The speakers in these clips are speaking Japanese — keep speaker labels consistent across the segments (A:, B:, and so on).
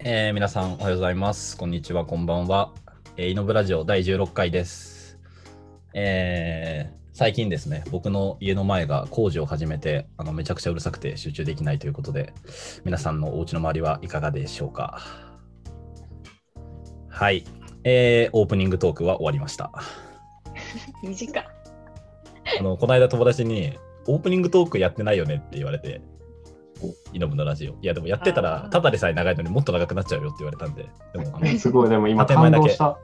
A: えー皆さんおはようございます。こんにちは、こんばんは。えーイノブラジオ第16回です。えー最近ですね、僕の家の前が工事を始めて、あのめちゃくちゃうるさくて集中できないということで、皆さんのお家の周りはいかがでしょうか。はい、えーオープニングトークは終わりました。
B: 短っ
A: あのこの間友達にオープニングトークやってないよねって言われて、イノブのラジオ。いや、でもやってた
B: あ
A: ら
B: ー、
A: ただでさえ長いのにもっと長くなっちゃうよって言われたんで、でもあの
C: すごい、でも今、
A: 建前だ
C: 感
A: け
C: 動した。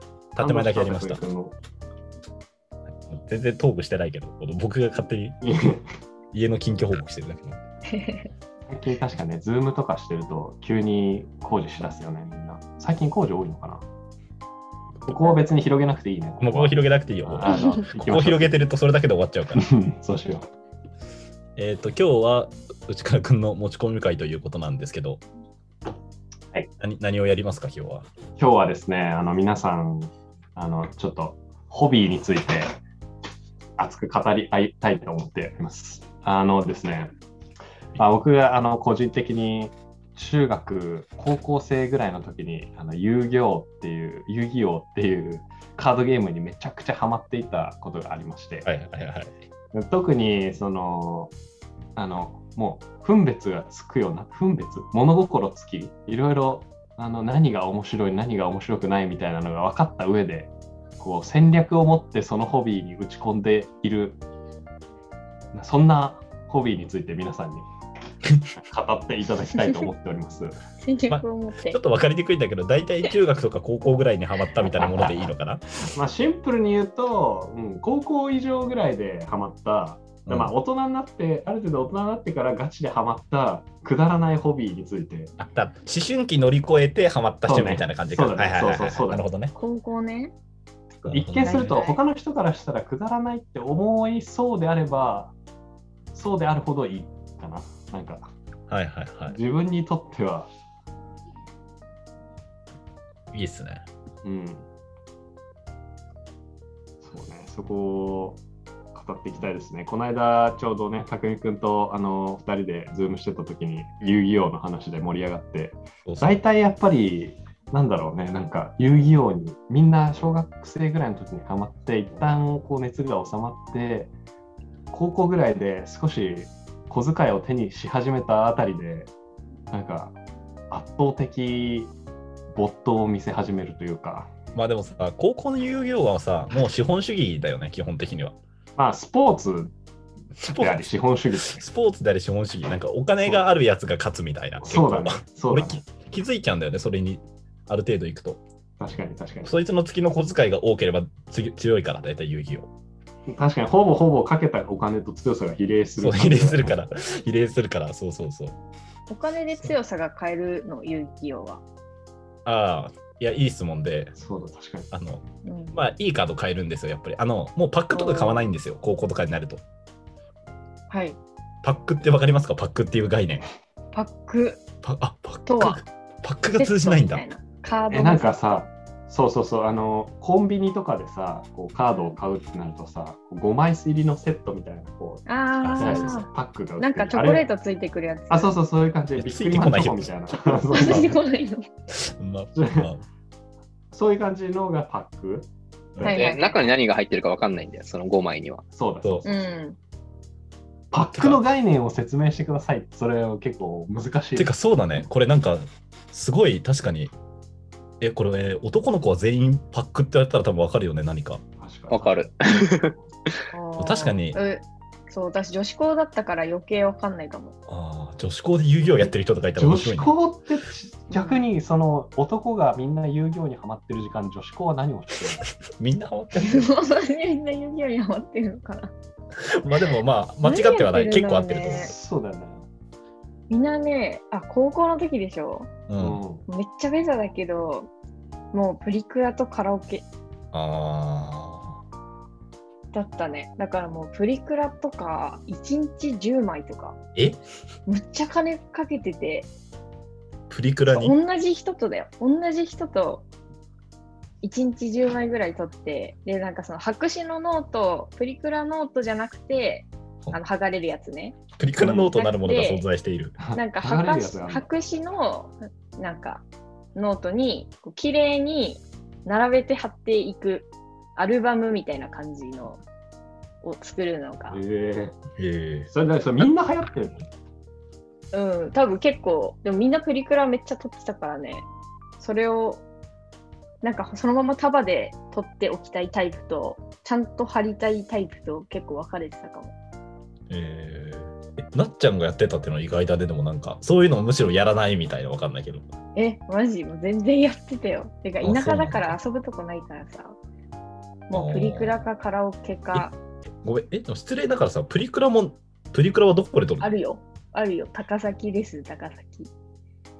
A: 建前だけやりました
C: 感。動し
A: 全然トークしてないけど、この僕が勝手に
C: た。いえ
A: 家の近況報告してるだけなんで
C: 最近確かね、ズームとかしてると、急に工事しだすよね、みんな。最近工事多いのかなここは別に広げなくていいね。
A: もうここ広げなくていいよ。
C: ああ
A: こ
C: の行き
A: こ
C: ましょう
A: 広げてるとそれだけで終わっちゃうから。
C: うん そうしよ
A: えっと、今日は内川君の持ち込み会ということなんですけど、
C: はい、
A: 何何をやりますか、今日は。
C: う。今日はですね、あの皆さん、あのちょっとホビーについて熱く語り合いたいと思っています。あのですね、あ僕があの個人的に中学、高校生ぐらいの時にあの遊戯王っていう、遊戯王っていうカードゲームにめちゃくちゃハマっていたことがありまして、
A: はいはいはい。
C: 特にそのあのもう分別がつくような分別物心つきいろいろあの何が面白い何が面白くないみたいなのが分かった上でこう戦略を持ってそのホビーに打ち込んでいるそんなホビーについて皆さんに語っていただきたいと思っております。
B: 戦略を持って
A: ちょっと分かりにくいんだけど、大体中学とか高校ぐらいにハマったみたいなものでいいのかな。
C: まあシンプルに言うと、うん、高校以上ぐらいでハマった
A: うん
C: まあ大人になって、ある程度大人になってからガチでハマったくだらないホビーについて、
A: あだ思春期乗り越えてハマった趣味みたいな感じか。
C: そうね
A: はいはいはいはい
C: そう
A: な
C: だね
A: るほどね。
B: 高校ね
C: 一見すると
B: はい
C: 他の人からしたらくだらないって思いそうであれば、そうであるほどいいかな。なんか
A: はいはいは
C: 自分にとっては、
A: い。いいっすね。
C: うん。そうね、そこを語っていきたいですね。この間ちょうどね、匠君とあの2人でズームしてた時に遊戯王の話で盛り上がって、
A: そうそう
C: 大体やっぱりなんだろうねなんか遊戯王にみんな小学生ぐらいの時にハマって一旦こう熱が収まって高校ぐらいで少し小遣いを手にし始めたあたりでなんか圧倒的没頭を見せ始めるというか
A: まあでもさ、高校の遊戯王はさ、もう資本主義だよね、基本的には。
C: まあスポーツ
A: スポ
C: であ
A: ー
C: り
A: ツ
C: 資本主義
A: スポーツであり資本主義、なんかお金があるやつが勝つみたいな。
C: そうだね
A: 結構
C: そうだ
A: 俺
C: ね
A: き気づいちゃうんだよね、それに。ある程度いくと。
C: 確かに確かに
A: そいつの月の小遣いが多ければつ強いから、大体遊戯王。
C: 確かにほぼほぼかけたお金と強さが比例す
A: そう、
C: る
A: 比例するから。比例するから、そうそうそう。
B: お金で強さが買えるの勇気をは、
A: ああ、いや、いい質問で。
C: そうだ確かに
A: あの
B: うん
A: まあいいカード買えるんですよ、やっぱり。あの、もうパックとか買わないんですよ、高校とかになると。
B: はい
A: パックってわかりますかパックっていう概念。
B: パック
A: パあパック
B: とは
A: パックが通じないんだ
B: セ。ットみたいなカード
C: えなんかさそうそうそうあのコンビニとかでさこうカードを買うってなるとさ5枚入りのセットみたいなこう
B: あ
A: そうそうそ
B: あ
C: パックが売ってる
B: なんかチョコレー
C: あれ
B: トついてくるやつ
C: あそうそうそういう感じでビックリマンチョコみたいな そう
B: ついて
C: そう
B: こない の
A: ま あま
C: そういう感じのがパック
A: あ
B: はい
D: で中に何が入ってるか分かんないんだよ、その5枚には。
C: そうだ
A: そう
B: うん
C: パックの概念を説明してくださいそれを結構難しい
A: てかそうだねこれなんかすごい確かにえこれ、ね、男の子は全員パックって言われたら多分わかるよね何か
C: 確かに
D: 分かる。
B: あー
A: 確かに
B: うそう私女子校だったから余計わかんな いかも
A: ああ女子校で遊戯王やってる人とかいたら面
C: 女
A: 白
C: 子
A: いね
C: 校って逆にその男がみんな遊戯王にはまってる時間女子校は何をしてるの
A: みんなハマってる
B: みんな遊戯王にハマってるのかな
A: まあでもまあ間違ってはない
B: 何
A: 結構合
B: やっ
A: って
B: て
A: ると
B: るんだろうね
C: そうだよね
B: みんなねあ高校の時でしょ
A: 思う、うん、
C: うん
B: めっちゃベタだけどもうプリクラとカラオケ
A: ああ
B: だったね。だからもうプリクラとか1日10枚とか、
A: え
B: むっちゃ金かけてて、
A: プリクラに
B: 同じ人とだよ。同じ人と1日10枚ぐらい撮って、で、なんかその白紙のノート、プリクラノートじゃなくて、あの剥がれるやつね。
A: プリクラノートなるものが存在している。
B: なんか
C: 剥がれ
B: 白
C: るやつがあ
B: 紙
C: るの
B: 白紙のなんかノートにこう綺麗に並べて貼っていくアルバムみたいな感じのを作るのが、
C: え
A: え
C: ー、それだそれみんな流行ってるの
B: うん、多分結構でもみんなプリクラめっちゃ撮ってたからねそれをなんかそのまま束で撮っておきたいタイプとちゃんと貼りたいタイプと結構分かれてたかも
A: ーえーえなっちゃんがやってたっていうのは意外だね。でもなんか、そういうのをむしろやらないみたいなわかんないけど。
B: えマジもう全然やってたよてか
A: あ
B: 田舎だから遊ぶとこないからさもうプリクラかカラオケか
A: ごめん、え、でも失礼だからさ、プリクラも、プリクラはどこで撮るの
B: あるよあるよ高崎です高崎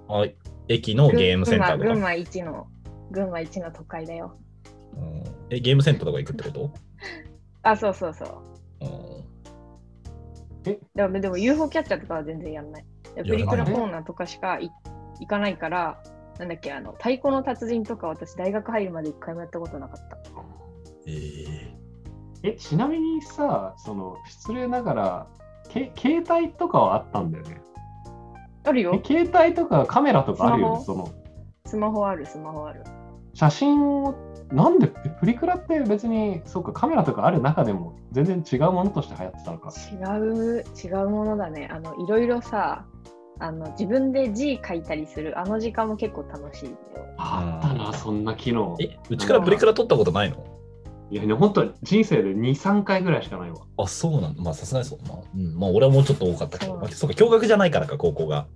A: あ駅のゲームセンターと
B: 群馬
A: か。
B: 群馬一の群馬一の都会だよ
A: うんえ、ゲームセンターとか行くってこと
B: あそうそうそう
A: うん
B: でもでも UFO キャッチャーとかは全然やんないプリクラコーナーとかしかい行かないからなんだっけあの太鼓の達人とか私大学入るまで一回もやったことなかった
A: えー
C: え、ちなみにさ、その失礼ながら、け携帯とかはあったんだよね。
B: ある
C: え
B: よ
C: 携帯とかカメラとかあるよね、
B: ス
C: その
B: スマホあるスマホある
C: 写真を、なんで、えプリクラって別に、そうか、カメラとかある中でも全然違うものとして流行ってたのか。
B: 違う違うものだねあのいろいろさあの自分で字書いたりするあの時間も結構楽しいよ
C: あったな、そんな機能。
A: え、うちからプリクラ撮ったことないの
C: いやね、本当に人生で2、3回ぐらいしかないわ。
A: あ、そうなんだ。まあ、さすがにそう。まあ、うん、まあ俺はもうちょっと多かったけど。
B: そう
A: まあそうか、驚愕じゃないからか、高校が。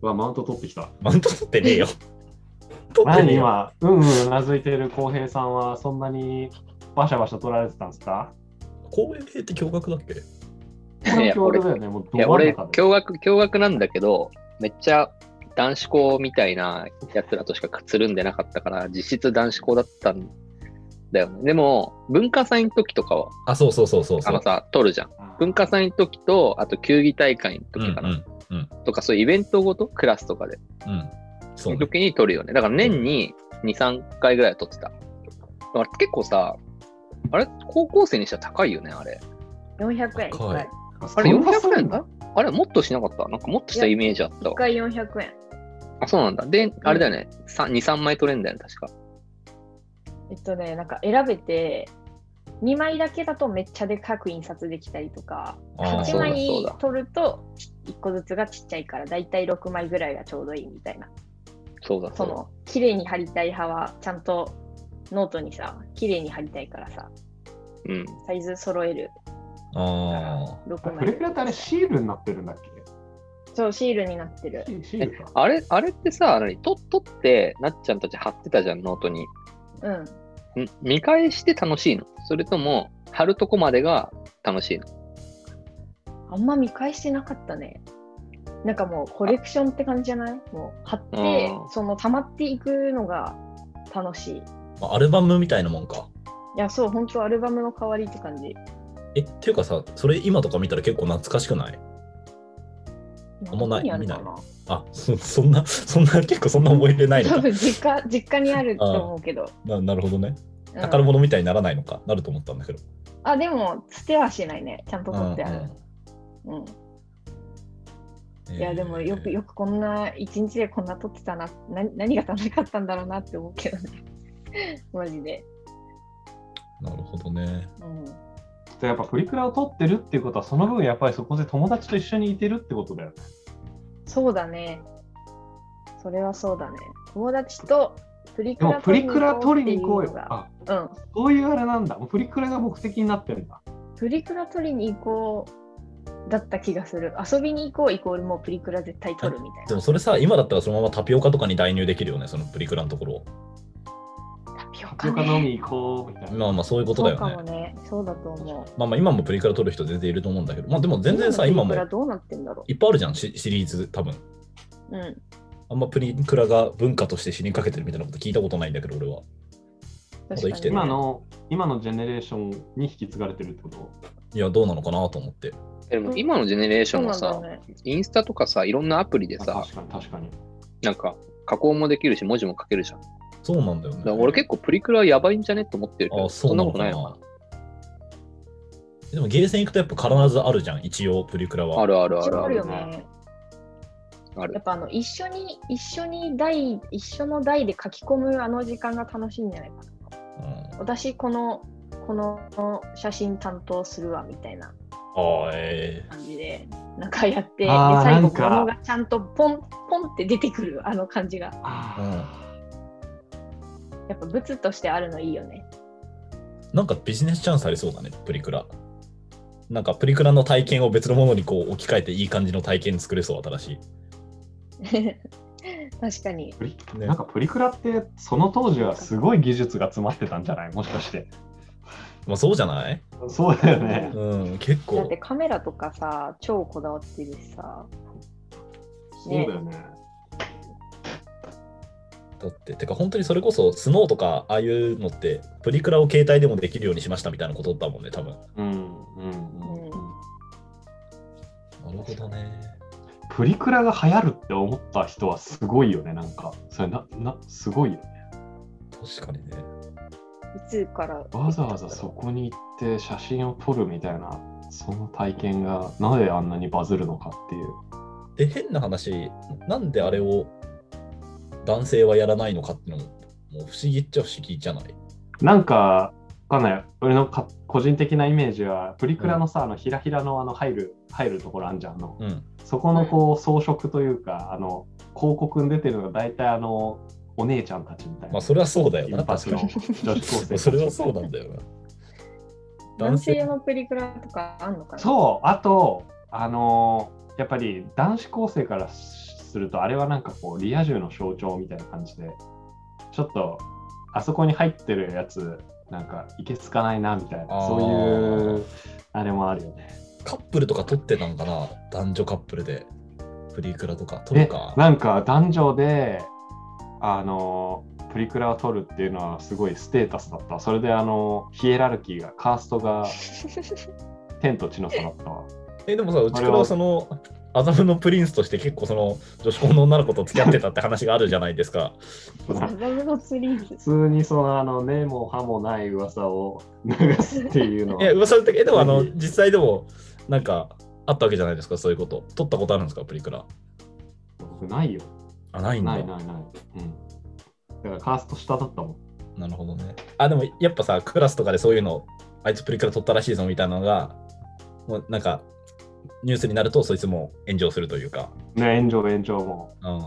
C: うわ、マウント取ってきた。
A: マウント取って ねえよ。取ってねえ
C: 何
A: よ。
C: 今、うんうんうなずいてる浩平さんは、そんなにバシャバシャ取られてたんですか
A: 公園って驚愕だっけ
C: これ
D: い
C: も
D: や
C: 強
D: 俺
C: 力だよね、もう
D: い
C: ど
D: や、
C: 真ん
D: 俺、
C: 中で。
D: 驚愕、驚愕なんだけど、めっちゃ男子校みたいなやつらとしかつるんでなかったから、実質男子校だったんだよね。でも、文化祭の時とかは、
A: あ、そうそうそうそうそ
D: あ
A: う。
D: のさ、取るじゃん。文化祭の時と、あと球技大会の時かな。
A: うん
D: とか、そういうイベントごと、クラスとかで、
A: うん、うん。そう、ね。
D: 時に取るよね。だから年に2、3回ぐらいは取ってた。だから結構さ、あれ高校生にしては高いよね、あれ。
B: 400円
A: 高い
B: 1
D: あ
C: あ
D: れ400円だあれもっとしなかったなんかもっとしたイメージあったわ。
B: 回1回400円
D: あ、そうなんだ。で、あれだよね。さ2、3枚取れんだよね、確か。
B: えっとねなんか選べて2枚だけだとめっちゃでかく印刷できたりとか
A: あー
B: 8
D: そうだ
B: 枚
D: そうだ
B: 取ると1個ずつがちっちゃいからだいたい6枚ぐらいがちょうどいいみたいな
D: そうだ、そ
B: そう
D: だ。
B: の綺麗に貼りたい派はちゃんとノートにさ綺麗に貼りたいからさ
D: うん。
B: サイズ揃える
A: あ
B: 6
C: プリ
B: 枚
C: クラってあれシールになってるんだっけ
B: そうシールになってる
C: シーシー
D: え
C: ルか。
D: あれ、あれってさ、何取取って、なっちゃんたち貼ってたじゃん、ノートに。ん
B: うん
D: 見返して楽しいのそれとも、貼るとこまでが楽しいの
B: あんま見返してなかったね。なんかもうコレクションって感じじゃないもう貼って
D: うん、
B: その溜まっていくのが楽しい。い
A: あ。アルバムみたいなもんか。
B: や、そう、本当アルバムの代わりって感じ。
A: え、っていうかさ、それ今とか見たら結構懐かしくないあんまない
B: どこにある
A: 見
B: か
A: あそ、 そんな、そんな、結構そんな思い出ないの
B: 多
A: か。
B: 分実家、実家にあると思うけど。
A: ななるほどね。
B: うん
A: 宝物みたいにならないのか。なると思ったんだけど。
B: あ、でも、捨てはしないね。ちゃんと取ってある。うんいや、でもよく、よくこんな、一日でこんな取ってたな、な何が楽しかったんだろうなって思うけどね。 マジで。
A: く。なるほどね。
B: うん
C: じゃあやっぱプリクラを撮ってるっていうことは、その分やっぱりそこで友達と一緒にいてるってことだよね。
B: そうだね。それはそうだね。友達とプリク
C: でも
B: ラ
C: プリクラ撮りに行こう
B: って
C: よ
B: い。のが
C: あ、
B: うん。
C: そういうあれなんだ。もうプリクラが目的になってるんだ。
B: プリクラ撮りに行こうだった気がする。遊びに行こうイコールもうプリクラ絶対撮るみたい
A: で
B: な。
A: もそれさ、今だったらそのままタピオカとかに代入できるよね、そのプリクラのところ。
B: タピオ
C: タ
B: カね
C: ピオカ飲み行こうみたいな。
A: まあまあ、そういうこと
B: そ
A: だ
B: う
A: よ
B: か
A: ね
B: も。ね。そうだと思う。
A: まあまあ、今もプリクラ撮る人全然いると思うんだけど。まあでも全然さ、今も
B: 今のプリクラどうなってんだろ
A: いっぱいあるじゃん、シシリーズ、多分。
B: う。うん。
A: あんまプリクラが文化として死にかけてるみたいなこと聞いたことないんだけど、俺は。まだ生きてる
C: 今の、今のジェネレーションに引き継がれてるってこと
A: いや、どうなのかなと思って。
D: でも今のジェネレーションは
B: そ
D: さ
B: う、なんだよね。
D: インスタとかさ、いろんなアプリで
C: あ
D: さ、
C: 確かに、確かに。
D: なんか加工もできるし、文字も書けるじゃん。だか
A: そうなんだよね。
D: ら俺結構プリクラやばいんじゃねと思ってるけ
A: あ
D: ど、
A: そうなの
D: なこと
A: か
D: な
A: ない
D: のか
A: でもゲーセン行くとやっぱ必ずあるじゃん、一応プリクラ
D: な。
A: は。
D: あるあるあ
B: 一
D: る
B: 応
D: あ
B: あ
D: る
B: る。よね。
D: あ
B: や
D: る
B: っぱあの一緒に一緒に台一緒の台で書き込むあの時間が楽しいんじゃないかな。
A: うん
B: 私このこの写真担当するわみたいな
A: ああ、え
B: 感じでなんかやってで
C: あー
B: 最
C: な
B: 後
C: んか
B: 物がちゃんとポンポンって出てくるあの感じが
A: え
C: あ
B: やっぱ物としてあるのいいよね。
A: うん。なんかビジネスチャンスありそうだね、プリクラ。なんかプリクラの体験を別のものにこう置き換えていい感じの体験作れそう、新しい。
B: 確かに
C: ープリ
A: ね
C: なんかプリクラって、その当時はすごい技術が詰まってたんじゃないもしかして。
A: まあそうじゃない
C: そうだよね。
A: うん、結
B: だっ
A: 構
B: て。カメラとかさ超こだわってるしさ
C: そうだよね。
A: だって、てか本当にそれこそスノーとかああいうのって、プリクラを携帯でもできるようにしましたみたいなことだもんね、多分。
C: うん、うん、うん。うん
A: なるほどね。
C: プリクラが流行るって思った人はすごいよね、なんか。それな、な、すごいよね。
A: 確かにね。
B: いつから
C: わざわざそこに行って写真を撮るみたいな、その体験がなぜあんなにバズるのかっていう。
A: で、変な話、なんであれを男性はやらないのかっていうのも、もう不思議っちゃ不思議じゃない。
C: なんか、わかんない。俺のか個人的なイメージは、プリクラのさ、あの、ひらひらのあの、入る、入るところあんじゃん。あの
A: うん。
C: そこのこう、装飾というか、あの、広告に出てるのが大体あの、お姉ちゃんたちみたい
A: ま
C: な
A: あ、。それはそうだよな、
C: 金
A: 確
C: 髪
A: か
C: の
A: に
C: 女。子高生 たち
A: それはそうなんだよな。
B: 男性のプリクラとかあんのかな
C: そう、あと、あのーやっぱり男子高生からすると、あれはなんかこう、リア充の象徴みたいな感じで、ちょっと、あそこに入ってるやつ、なんか、いけつかないなみたい
A: あ
C: な、
A: ー
C: そういう、あれもあるよね。
A: カップルとか撮ってたんかな、男女カップルで。プリクラとか撮る
C: ね
A: か、。
C: なんか、男女で、あのープリクラを取るっていうのはすごいステータスだった。それであのーヒエラルキーが、カーストが天と地の差だったわ。
A: え、でもさ、うちからはその、麻布のプリンスとして結構その女子校の女の子と付き合ってたって話があるじゃないですか。
B: サザムのツリーズ
C: 普 通にそのあの根も葉もない噂を流すっていうの
A: いや、
C: は
A: 噂 的え、でもあの、
C: ぜひ
A: 実際でも、なんか、あったわけじゃないですか、そういうこと。撮ったことあるんですか、プリクラ。
C: 僕ないよ。
A: あ、ないんだ。
C: ないないない。うん。だからカースト下だったもん。
A: なるほどね。あ、でもやっぱさ、クラスとかでそういうの、あいつプリクラ撮ったらしいぞみたいなのが、もうなんか、ニュースになると、そいつも炎上するというか。
C: ね、炎上炎 上も。
A: うん。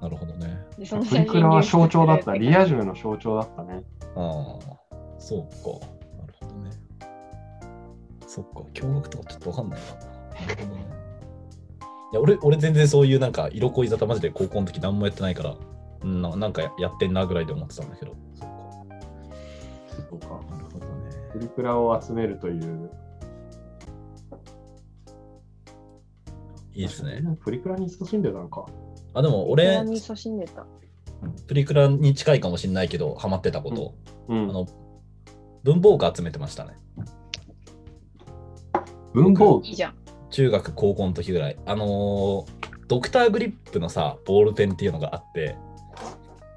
A: なるほどね。
B: でその
C: プ
B: 写真
C: リクラは象徴だった。
B: に
C: リア充の象徴だったね。
A: ああ、そうか。なるほどね。そっか、驚愕とかちょっとわかんないな。なるほどね。いや俺俺全然そういうなんか色恋沙汰マジで高校の時何もやってないからうんななんかやってんなぐらいで思ってたんだけどそっ
C: そうか。
A: かなるほどね
C: プリクラを集めるという。
A: いいですね。
C: プリクラに勤しんでたのか。
A: あでも
B: プリクラ
A: 俺
B: に勤しんでた。
A: プリクラに近いかもしれないけど、ハマってたこと、
C: うん
A: あ。の文房具集めてましたね。
C: 文房具
B: いいじゃん。
A: 中学、高校の時ぐらい。あのードクターグリップのさ、ボールペンっていうのがあって、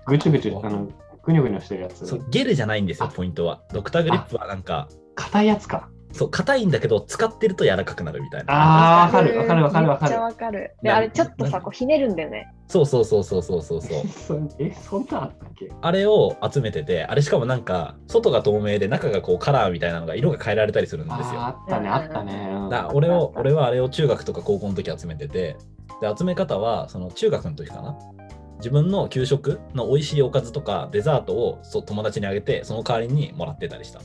C: ぐちゅぐちゅ、あの、ぐにょぐにょしてるやつ
A: そ。うゲルじゃないんですよ、
C: あ
A: ポイントは。ドクターグリップはなんか、
C: 硬いやつか。
A: そう、硬いんだけど、使ってると柔らかくなるみたいな。
C: あーわかるわかるわかるわか
B: め
C: る
B: っちゃわかる。で、
A: な
B: あれちょっと
A: な
B: さ、こうひねるんだよね。
A: そうそうそうそうそうそうそう。
C: そえ、そんなんあったっけ
A: あれを集めてて、あれしかもなんか、外が透明で中がこうカラーみたいなのが色が変えられたりするんですよ。
C: あーあったね、あったね。うん
A: だ俺を俺はあれを中学とか高校の時集めててで集め方はその中学の時かな自分の給食の美味しいおかずとかデザートをそう友達にあげてその代わりにもらってたりした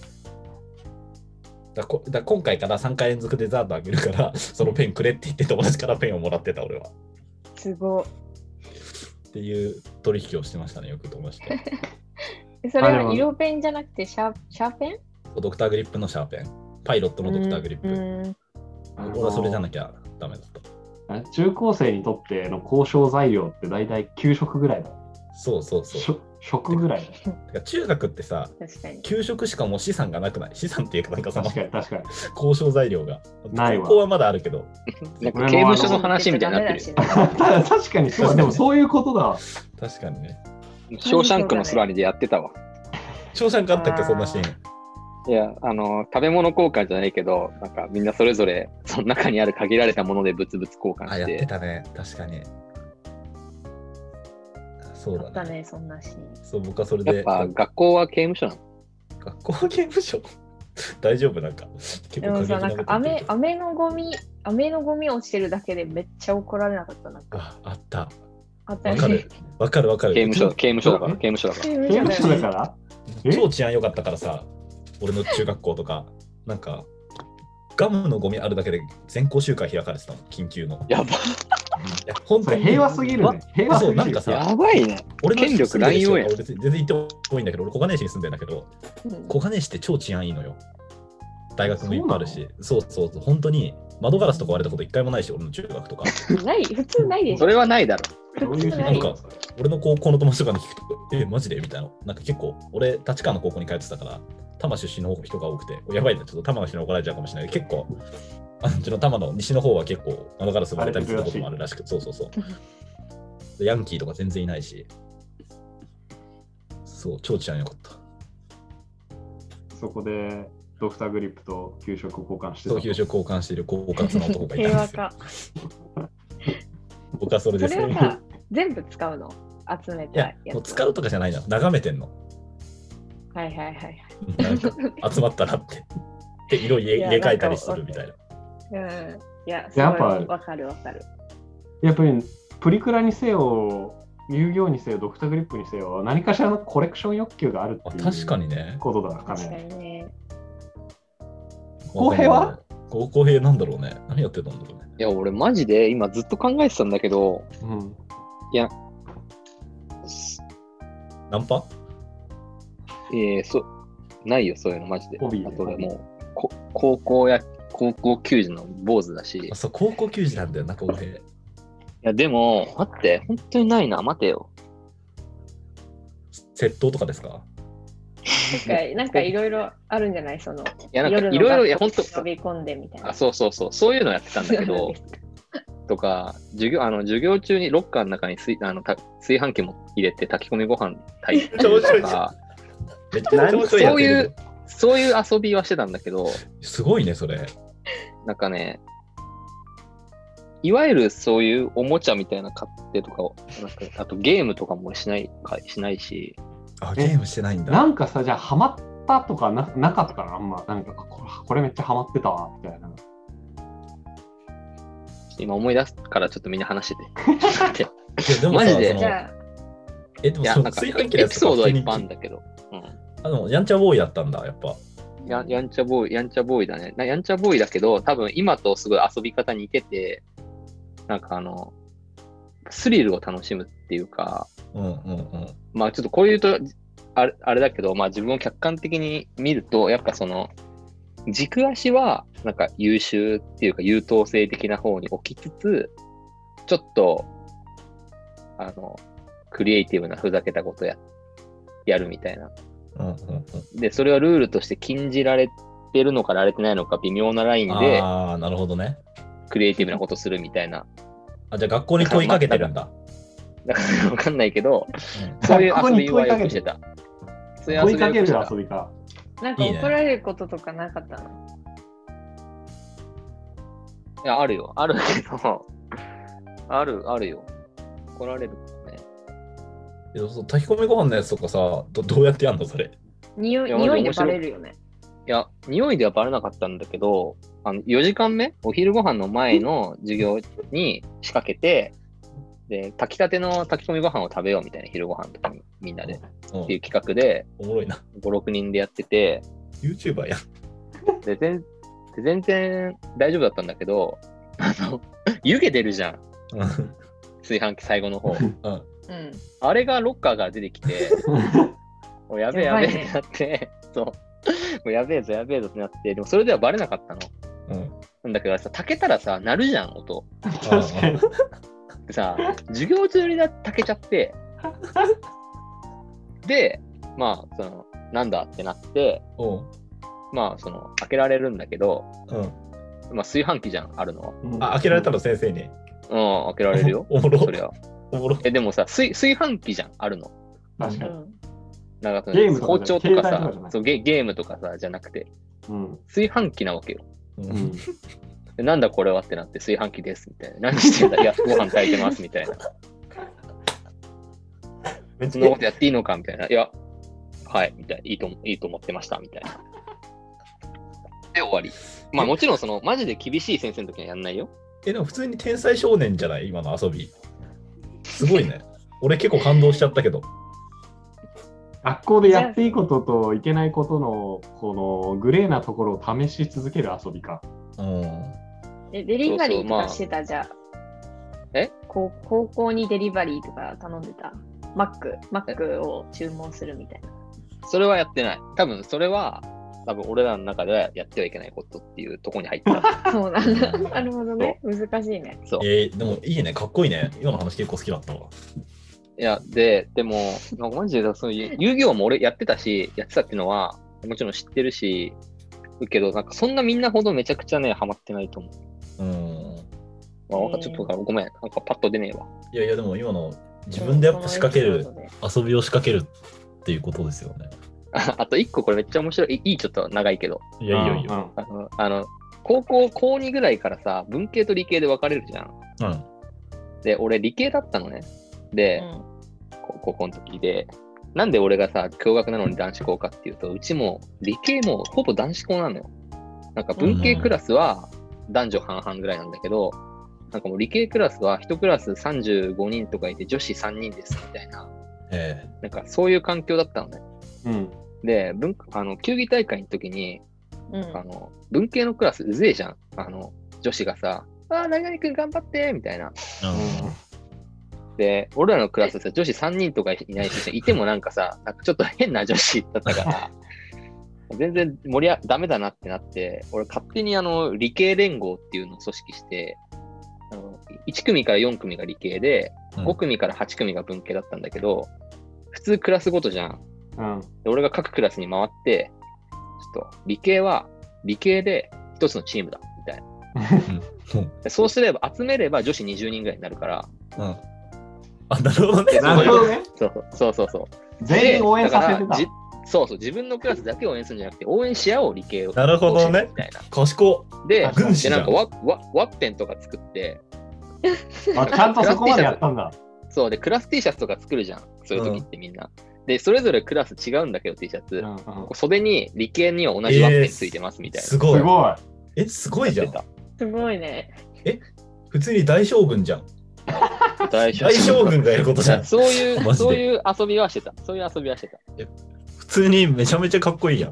A: だこだ今回から3回連続デザートあげるから そのペンくれって言って友達からペンをもらってた俺はっ
B: すごい。
A: ていう取引をしてましたねよく友 達と
B: えそれ
C: あで
B: は
C: も
B: 色ペンじゃなくてシャーシャーペン
A: そうドクターグリップのシャーペンパイロットのドクターグリップ、
B: うん うん
A: 俺はそれじゃなきゃダメだった
C: 中高生にとっての交渉材料って大体給食ぐらいだ。
A: そうそうそう
C: しょ食ぐらい。
A: てか中学ってさ、
B: 確かに。
A: 給食しかもう資産がなくない資産っていうか、なんかその
C: 確かに確かに。
A: 交渉材料が。
C: ないわ
A: 高校はまだあるけど、
D: なんか刑務所の話みたいになってる。
C: ただ確かにそうだ、でもそういうことだわ。
A: 確かにね。
D: ショーシャンクの空にでやってたわ。
A: 翔さんがあったっけ、そんなシーン。
D: いや、あの、食べ物交換じゃないけど、なんかみんなそれぞれ、その中にある限られたもので物々交換
A: あ、
D: し
A: やってて、たね。確かに。あそ
B: あ
A: う
B: っ
A: だ
B: た
A: ね。
B: ね、そんなシーン。
A: そう、僕はそれ
D: やっ
A: で、
D: ぱ学校は刑務所なの。
A: 学校刑務所 大丈夫なんか。結構
B: でもさ、なんか飴
A: あ
B: 飴のゴミ、飴のゴミ落ちてるだけでめっちゃ怒られなかった。なんか、
A: あった。
B: あった
A: わか る。わかるわかる。
D: 刑務所、
A: う
D: 刑務所だから、
C: え
D: 刑務所だから。
B: 刑務
C: 刑
B: 所だよ
C: 務所
B: ね
C: だから
A: ち超治安良かったからさ、俺の中学校とか、なんか、ガムのゴミあるだけで全校集会開かれてたの、緊急の。
D: やば
A: いや、本
C: そ
A: 当
C: れ
A: に。
C: 平和すぎるね。平和す
A: そう、
C: ぎるよ。
A: なんかさ、
D: やばいね。
A: 俺の
D: 権力
A: 住んでる人
D: 乱用や
A: 俺別に全然行ってもいいんだけど、俺、小金井市に住んでんだけど、
B: うん
A: 小金井市って超治安いいのよ。大学もいっぱいあるし、そうそうそう、本当に窓ガラスとか割れたこと一回もないし、俺の中学とか。
B: ない、普通ないでし
D: そ
B: ょ。
D: れはないだろ。
C: どういう
A: なん
C: 人
A: か、俺の高校の友達とかに聞くと、え、マジでみたいな。なんか結構、俺、立川の高校に通ってたから、多摩出身の人が多くて、やばいね、ちょっと多摩の人に怒られちゃうかもしれないけど、結構、あっちの多摩の西の方は結構、窓ガラス割れたりすることもあるらしくて、そうそうそう。でヤンキーとか全然いないし、そう、超治安よかった。
C: そこでドクターグリップと給食交換してた
A: そ
C: と
A: う、給食交換している高活の男がい
B: 平
A: たん
B: 和
A: です よ。
B: か。
A: 僕はそれ
B: そ
A: です
B: れは
A: ね。
B: さ、全部使うの集め
A: い
B: た
A: や
B: や、つ。
A: もう使うとかじゃないな、眺めてんの。
B: はいはいはいはい。
A: うんなんか集まったなって。で、色入れ
B: いや
A: 入れ替えたりするみたいな。
B: うん。いや、
C: や
B: や
C: っ
B: っ
C: ぱ
B: ぱわかるわかる。
C: やっぱりプリクラにせよ、遊行にせよ、ドクターグリップにせよ、何かしらのコレクション欲求がある
A: あ
C: っていう
A: 確かにね。
C: ことだから
B: 確か
C: ね。
B: にね。
A: 公
C: 公平は
A: 公公平なんだろうね。何やってたんだろうね。
D: いや、俺マジで今ずっと考えてたんだけど、
C: うん、
A: ナンパ
D: えー、そう、ないよ、そういうの、マジで。
C: 帯
D: あと俺もう、こ高校や、高校球児の坊主だし。い
A: あそう、高校球児なんだよな、公平。
D: や、でも、待って、本当にないな、待てよ。
A: 窃盗とかですか
B: なんか、なんかいろいろあるんじゃないその、
D: いや、なん
B: 夜
D: か
B: の
D: いろいろ、いや、本当
B: 学校に忍び込んでみたいな。
D: あ、そうそうそう、そういうのやってたんだけ
B: そうなん
D: ど
B: で、す
D: とか、授業、あの、授業中にロッカーの中に炊あのた炊飯器も入れて炊き込みご飯炊 いて
A: 面白い
D: とか、
A: めっちゃ面白いやつ
D: そういう。そういう遊びはしてたんだけど、
A: すごいね、それ。
D: なんかね、いわゆるそういうおもちゃみたいな買ってとかを、なんかあとゲームとかも俺しないかしないし、
A: あ、ゲームしてないん
C: な
A: だ。
C: んかさ、じゃあ、ハマったとかななかったら、あんま、なんか、あこれこれめっちゃハマってたわ、みたいな。
D: 今思い出すからちょっとみんな話してて。ちょっと 待って
A: いやでもさその
D: マジで
B: じゃあ、
A: え、でも
D: いや、
A: そ
D: な
A: の
D: んか
A: 炊
D: エ
A: 飯器のや
D: ピ
A: つと
D: ソー
A: か
D: ドは
A: 普
D: い
A: 通
D: っ
A: に
D: ぱいあるんだけど。うん
A: あでもやんちゃボーイだったんだ、やっぱ。
D: ややんちゃボーイ、やんちゃボーイだね。なやんちゃボーイだけど、多分今とすごい遊び方似てて、なんかあの、スリルを楽しむっていうか、
A: うんうんうん。
D: まあちょっとこういうと、あれあれだけど、まあ自分を客観的に見ると、やっぱその、軸足はなんか優秀っていうか優等生的な方に置きつつ、ちょっと、あの、クリエイティブなふざけたことや、やるみたいな。
A: うんうん
D: で、それはルールとして禁じられてるのかられてないのか微妙なライ
A: うん、
D: ンで
A: ああ、なるほどね。
D: クリエイティブなことするみたいな。
A: あ、じゃあ学校に問いかけてるん だ。
D: だからわかんないけど、
A: うん
D: そういう遊びはよ
C: 学校に問いかけて
D: く
C: る
D: してた。そうい
C: 追
D: う遊
C: い
D: びは
C: かける
D: よくして
C: 遊びか。
B: なんか
A: いいね
B: 怒られることとかなかったの
D: た。いや、あるよ。あるけど、ある、あるよ。怒られるからね。
A: えそう炊き込みご飯のやつとかさ、どどうやってやんの、それ。
B: 匂
D: い
B: い
D: や
B: 匂いで
D: 面白
B: バ
D: い
B: レるよね。
D: いや、匂いではバレなかったんだけど、あの4時間目、お昼ご飯の前の授業に仕掛けて、で、炊きたての炊き込みご飯を食べようみたいな昼ご飯とかにみんなで
A: うん
D: っていう企画で、
A: おもろいな。
D: 5、6人でやってて、
A: YouTuber やん。
D: で全で全然大丈夫だったんだけど、あの、 湯気出るじゃん、
A: うん
D: 炊飯器最後の方。
A: うん
B: うん。
D: あれがロッカーから出てきて、 もうやべえやべ
B: やばい
D: えっ
B: ね
D: てなって、 そう、もうやべえぞやべえぞってなって、でもそれではバレなかったの。
A: うん
D: なんだけどさ、炊けたらさ、鳴るじゃん、音。
C: 確かに。
D: でさ、授業中にな炊けちゃって、で、まあ、その、なんだってなって、
A: おう
D: まあ、その、開けられるんだけど、
A: うん。
D: まあ、炊飯器じゃん、あるのは。
C: うん
A: あ、開けられたの先生に。。
D: うん、開けられるよ
A: おもろ
D: そりゃ。
A: おもろ。
D: え、でもさ、炊炊飯器じゃん、あるの。
C: 確
B: う
C: かに。
B: ん
D: なんかそ
C: ゲーム
D: の
C: とか
D: 包
C: じゃ
D: 丁
C: ない
D: と
C: 携帯とかじゃない
D: かさそうゲ、ゲームとかさ、じゃなくて、
C: うん。
D: 炊飯器なわけよ。
A: う
C: うんん。
D: でなんだこれはってなって、炊飯器です、みたいな。何して んだいや、ご飯炊いてます、みたいな。
A: めっ
D: そ
A: ち
D: んな
A: ゃ
D: ことやっていいのかみたいな。いや、はい、みたいな。いいと思いいと思ってました、みたいな。で、終わり。まあもちろん、その、マジで厳しい先生の時はやんないよ。
A: え、でも普通に天才少年じゃない今の遊び。すごいね。俺結構感動しちゃったけど。
C: 学校でやっていいことといけないことの、このグレーなところを試し続ける遊びか。
A: うん。
B: でデリバリーと
D: そうそうまあ
B: かしてたじゃん。
D: え
B: こう高校にデリバリーとか頼んでた。マック、マックを注文するみたいな。
D: それはやってない。多分、それは、多分俺らの中ではやってはいけないことっていうところに入った。
B: そうなんだ。なるほどね。難しいね。
D: そう。い
A: えーでもいいね。かっこいいね。今の話結構好きだったわ。
D: や、で、でも、なんかマジで、その、遊戯王も俺やってたし、やってたっていうのは、もちろん知ってるし、けど、なんかそんなみんなほどめちゃくちゃね、ハマってないと思う。
A: うん。
D: まあ、わかちょっとごめん、なんかパッと出ねえわ。
A: いやいや、でも今の自分でやっぱ仕掛ける
B: そ、のエピ
A: 遊びを仕掛けるっていうことですよね。
D: ああと一個これめっちゃ面白い。いい、ちょっと長いけど。
A: い
C: い
A: やいやいや。
C: よ。
D: あの、あの高校高2ぐらいからさ、文系と理系で分かれるじゃん。
A: うん。
D: で、俺理系だったのね。
B: ソ
D: で、
B: ードで
D: こ高校の時で。なんで俺がさ、共学なのに男子校かっていうと、うちも理系もほぼ男子校なのよ。なんか文系クラスは男女半々ぐらいなんだけど、なんかもう理系クラスは1クラス35人とかいて女子3人ですみたいな、
A: え
D: なんかそういう環境だったのね。
C: うん。
D: で、文あの球技大会の時に、
B: うん。
D: あの、文系のクラスうぜえじゃん。あの、女子がさ、あー、何々くん頑張ってみたいな。
A: えうん
D: で、俺らのクラスさ、女子3人とかいないし、いてもなんかさ、なんかちょっと変な女子だった から、全然盛りあ、ダメだなってなって、俺勝手にあの、理系連合っていうのを組織して、あの1組から4組が理系で、
A: うん
D: 5組から8組が文系だったんだけど、普通クラスごとじゃん。
C: うん。
D: で俺が各クラスに回って、ちょっと理系は理系で一つのチームだ、みたいな。でそうすれば、集めれば女子20人ぐらいになるから、
A: うん。あ、なるほどね。
C: なるほどね。
D: そうそうそうそう。
C: 全員応援させ
D: で
C: て
D: だか
C: た。
D: らじそうそう、自分のクラスだけ応援するんじゃなくて、応援し合おう、理系を。
A: なるほどね
D: みたいな。
A: 賢
D: で、
A: 軍師じ
D: で
A: ゃん
D: なんかワワワッペンとか作って、
C: あちゃんとそこまでやった んだ。
D: そうで、クラス T シャツとか作るじゃん、そういう時ってみんな。で、それぞれクラス違うんだけど、T シャツ。
C: うんうん
D: こう袖に理系には同じワッペンついてますみたいな。
A: すごい
C: す。ごい。
A: え、すごいじゃん。
B: すごいね。
A: 普通に大将軍じゃん。
D: 大
A: 大将軍がやることじゃん。
D: そうい
A: マジで
D: う、そういう遊びはしてた。そういう遊びはしてた。
A: 普通にめちゃめちゃかっこいいや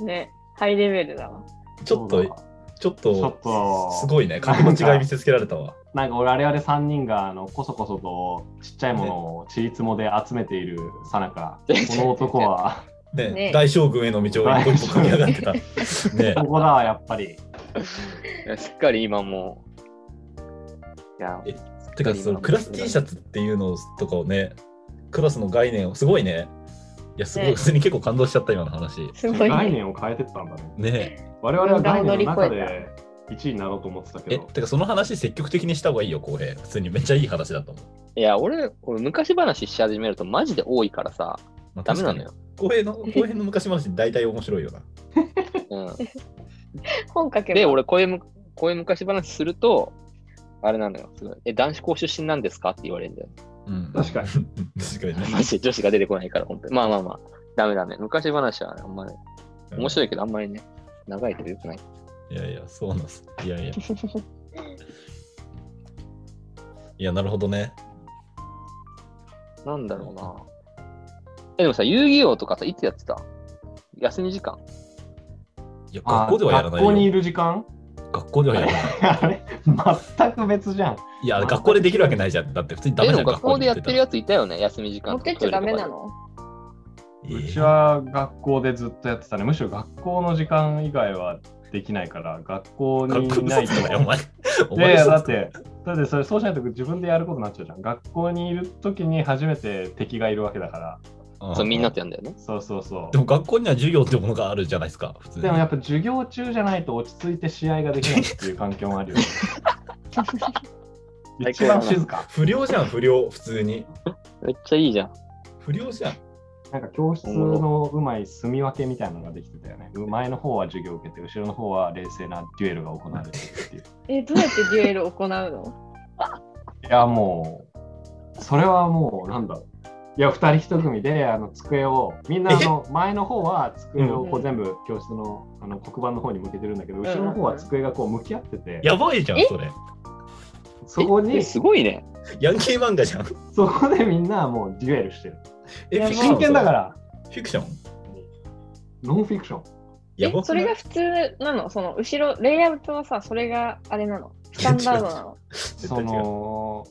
A: ん。
B: ね。ハイレベルだわ。
A: ちょっと、ちょっ
C: ちょっ
A: と
C: と、
A: すごいね。格の違い見せつけられたわ。
C: なんか我々3人があのこそこそとちっちゃいものをちりつもで集めているさなか、こ
D: ね
C: の男は、
A: ね
B: ね
A: 大将軍への道を一歩一歩駆け上が ってた。ね
C: ここだわ、やっぱり。
D: いやしっかり今もう。いや、
A: てかそのクラス T シャツっていうのとかをね、クラスの概念をすごいね。いや、すごい、
B: ね
A: 普通に結構感動しちゃった今の話。
B: すごい
C: 概
B: ね。
C: 念を変えてったんだね。
A: ね
C: 我々は概念の中
B: 問題を乗
C: で1位になろうと思ってた
A: え、
C: けど、
A: てかその話積極的にした方がいいよ、浩平。普通にめっちゃいい話だと思う。
D: いや俺、俺昔話し始めるとマジで多いからさ、
A: まあ
D: ダメなの。よ。
A: 確かに浩平の、浩平の昔話大体面白いよな。
D: うん、
B: 本書けば
D: で、俺こういうむ、こういう昔話すると、あれなのよ。すごいえ、男子校出身なんですかって言われるんだよ。
A: うん、
C: 確かに
A: 確かにね。
D: マジで女子が出てこないから、本当に。まあまあまあ、ダメダメ。昔話はね、あんまり、面白
A: い。
D: いけど、あんまりね、長いけどよくない。
A: いやいや、そうなんです。いやい や。いや、なるほどね。
D: なんだろうな。え、でもさ、遊戯王とかさ、いつやってた休み時間
A: いや、
C: あ
A: 学校ではやらないよ。
C: 学校にいる時間
A: 学校ではやらない。
C: あれ全く別じゃん。
A: いや、学校でできるわけないじゃん。だって普通にダ
D: え、
A: メ
D: で
A: じゃ
D: も
A: ん。
D: 学校でやってる
A: よ。
D: やついたよね、休み時間
B: 持
D: と
B: っ
D: か
B: てっちゃダメな
D: ト
B: の
A: え
C: う
A: ー
C: ちは学校でずっとやってたね。むしろ学校の時間以外はできないから、学校に
A: 学校
C: い
A: で
C: ないと
A: だ。よ、お 前。お
C: いや
A: 前
C: いや、
A: 嘘つ
C: だっ
A: く。
C: て、だってそれそうしないと自分でやることになっちゃうじゃん。学校にいるときに初めて敵がいるわけだから、
A: うん
D: そうみんなとやんだよね。
C: そうそうそう
A: で。も学校には授業ってものがあるじゃないですか、普通に。
C: でもやっぱ授業中じゃないと落ち着いて試合ができないっていう環境もあるよ ね。
D: 最
C: 一
D: 高だな
C: 番静か。
A: 不良じゃん、不良、普通に。
D: めっちゃいいじゃん。
A: 不良じゃん。
C: なんか教室のうまい住み分けみたいなのができてたよね。前の方は授業を受けて、後ろの方は冷静なデュエルが行われてるっていう。
B: え、どうやってデュエルを行うの
C: いやもう、それはもうなんだろう。いや、二人一組であの机を、みんなあの前の方は机をこ
B: う
C: うん全部教室のあの黒板の方に向けてるんだけど、
B: ん
C: 後ろの方は机がこう向き合ってて、
A: やばいじゃん、
B: え
A: それ。
C: そこ
D: え
C: に、
D: すごいね。
A: ヤンキー漫画じゃん。
C: そこでみんなもうデュエルしてる。
B: や
A: え、。
B: ばい
C: 真剣だからら、
A: フィクション
C: ノンフィクション。
B: え
A: やば、く
B: そ
A: ない
B: れが普通なのその後ろ、レイアウトはさ、それがあれなのスタンダードなの
A: 絶
C: そ
A: 対違う
C: の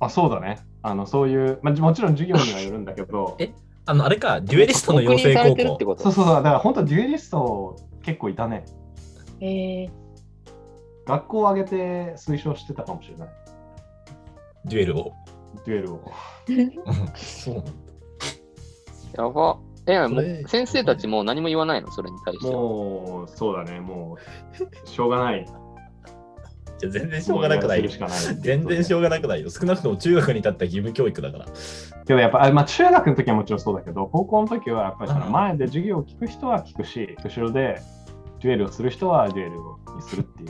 C: あそうだねあのそういう、まあ、もちろん授業にはよるんだけど
A: えあの、あれか、デュエリストの養成
D: 確認され
A: 高
D: てるって
A: 校。
D: こと
C: そうそうそうだから本当デュエリスト結構いたね
B: えー、
C: 学校を挙げて推奨してたかもしれない
A: デュエルを。
C: デュエルを
A: そうなんだ。
D: やば。え、も
A: それ
D: う先生たちも何も言わないのそれに対しては。
C: もうそうだねもうしょうがない
A: じゃあ全然しょうがなくない
C: もうやるしかない
A: 全然しょうがなくないよ。少なくとも中学に立った義務教育だから。
C: けどやっぱあ、まあ、中学の時はもちろんそうだけど高校の時はやっぱりその
A: うん
C: 前で授業を聞く人は聞くし後ろでデュエルをする人はデュエルをするっていう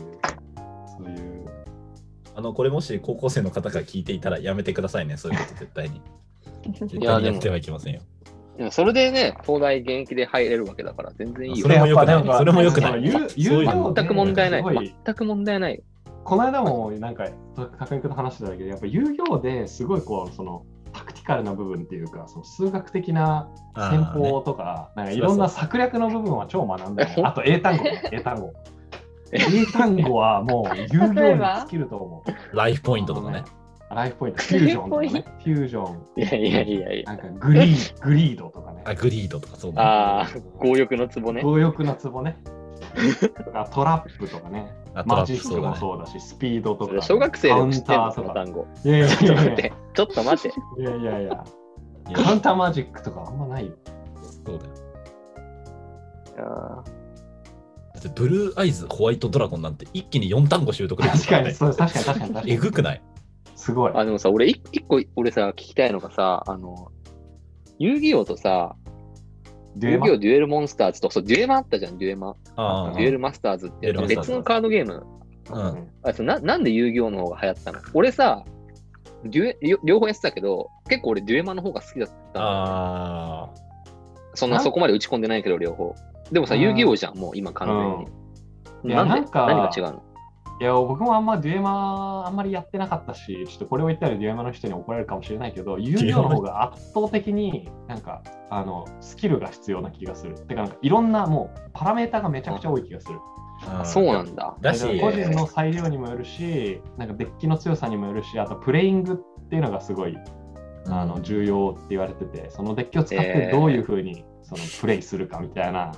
C: そういう
A: あの、これもし高校生の方が聞いていたらやめてくださいね、そういうこと絶対に。絶
D: いや
A: 対に
D: で
A: や
D: も
A: ってはいけませんよ。
D: でもそれでね、東大現役で入れるわけだから、全然いい
A: そ
D: よ
A: れ。も良く
C: で
A: な
C: や
A: い
C: っぱんか
A: それも良くない
C: そ
A: そうい
C: の有
A: う
C: 有料で
D: 全く問題な
C: すご
D: い。全く問題ないよ。
C: この間もなんか高井君と話してたけどやっぱ有料ですごいこうそのタクティカルな部分っていうかその数学的な
A: あ
C: 戦
A: ーね
C: 法とか,、なんかいろんな策略の部分は超学んだよ、
D: えほ
C: ね、
D: ん
C: あと英単 語ね英単語英単語はもう有 料に尽きると思う
A: ライフポイントとかね。
C: ライフポイントフュージョンとかねフュージョン
D: いやいやいやいや。
C: なんかグリーグリードとかね
A: アグリードとかそうなの
D: ああ、強欲のツボね。
C: 強欲なツボ ねとかトラップとかね
A: あト
C: マ
A: ラ
C: ジ
A: ッ
C: ッ
A: プそ
C: ク
A: うだ
C: も
A: ね。
C: そうだし、スピードと
D: そ
C: か、
D: れ小学生で
C: カウ
D: も知
C: ン
D: っ
C: タ
D: てんの
C: ー
D: そ
C: とか。
D: の単語。
C: いやいや
D: ちょっと
C: い
D: 待っ
C: やい
D: て。ちょっと待って。
C: やいやいや、
A: いや
C: カウンターマジックとかあんまないよ。
A: そうだよ。
D: いやー
A: だってブルーアイズ、ホワイトドラゴンなんて一気に4単語習得できるか
C: 確からに、
A: ね。
C: そう確かに確かに確か
A: え
C: に。
A: ぐくない
C: すごい。
D: あ、でもさ、俺、一一個、俺さ、聞きたいのがさ、あの、遊戯王とさ、
C: デュ
D: 遊
C: エマ
D: 戯王デュエルモンスターズと、そう、デュエマあったじゃん、デュエマ。
A: あ
C: うん
A: あ
D: デュエルマスターズってやつ
A: デュエルマス
D: 別
A: ターズ
D: のカードゲーム。
A: うん
C: ね
D: あそうななんで遊戯王の方が流行ったの俺さデュエ両、両方やってたけど、結構俺デュエマの方が好きだったんだよね
A: ああ。
D: そんな
C: なん
D: そこまで打ち込んでないけど、両方。でもさ、
C: うん
D: 遊戯王じゃん、もう今完全
C: うんい
D: に。
C: や
D: なんで
C: なんか
D: 何が違うの
C: いや、僕もあんまデュエマあんまりやってなかったし、ちょっとこれを言ったらデュエマの人に怒られるかもしれないけど、遊戯王の方が圧倒的になんか、あの、スキルが必要な気がする。てか、なんかいろんなもうパラメータがめちゃくちゃ多い気がする。
A: あー
D: そうなんだ。
A: だし、
C: 個人の裁量にもよるし、なんかデッキの強さにもよるし、あとプレイングっていうのがすごい
A: うん
C: あの重要って言われてて、そのデッキを使ってどういうふうにそのプレイするかみたいな。だ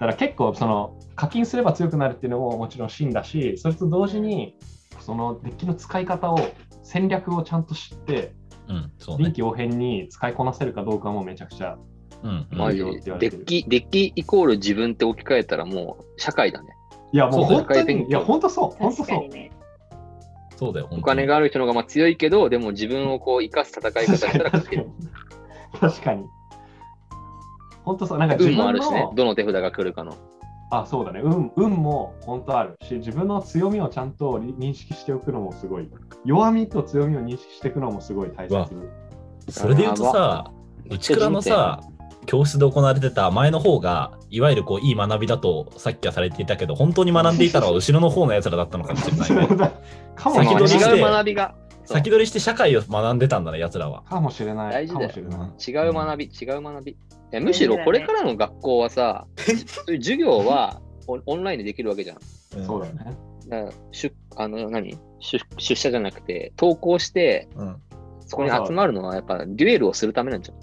C: から結構その課金すれば強くなるっていうのももちろん真だし、それと同時にそのデッキの使い方を戦略をちゃんと知って、
A: うん、そう
C: 臨
A: ね。
C: 機応変に使いこなせるかどうかもめちゃくちゃ。
A: うん、うん
D: マジ
C: 遊戯王っ
D: で
C: て言わ
D: デ
C: れてる
D: ッキ、デッキイコール自分って置き換えたらもう社会だね。
C: いやも
A: そう
C: う
A: だ
C: 本
A: よ
C: 当
D: 社会勉
C: に、
D: 強
C: いや本当そう、本 当
B: 確か
C: そう
B: に。ね。
A: そうだよ、
D: お金がある人の方がまあ強いけど、でも自分をこう生かす戦い方したら勝
C: 確
D: て
C: か
D: る
C: に。確かに。本当そう、なんか自
D: 運
C: 分
D: もある
C: の
D: しね、どの手札が来るかの。
C: あそうだね運運も本当あるし自分の強みをちゃんと認識しておくのもすごい弱みと強みを認識していくのもすごい大切
A: わそれで言うとさ、
D: めっ
A: 内
D: ちゃ
A: 倉の
D: 人生
A: さ、教室で行われてた前の方が、いわゆるこういい学びだとさっきはされていたけど、本当に学んでいたのは後ろの方のやつらだったのかもしれないね、
C: かも
D: そ
C: し
A: 先取
D: の
A: りし
C: れない
A: て
D: 違う学びが。そう
A: 先取りして社会を学んでたんだね、やつらは。
C: かもしれない
D: 大事
C: か
D: だよ
C: もしれない
D: 違う学び、違う学び。いやむしろこれからの学校 はさ、そういう授業はオンオンラインでできるわけじゃん。
C: そうだよね
D: だから出あの何出出社じゃなくて、投稿して、
A: うん
D: そこに集まるのはやっぱデュエルをするためなんじゃん。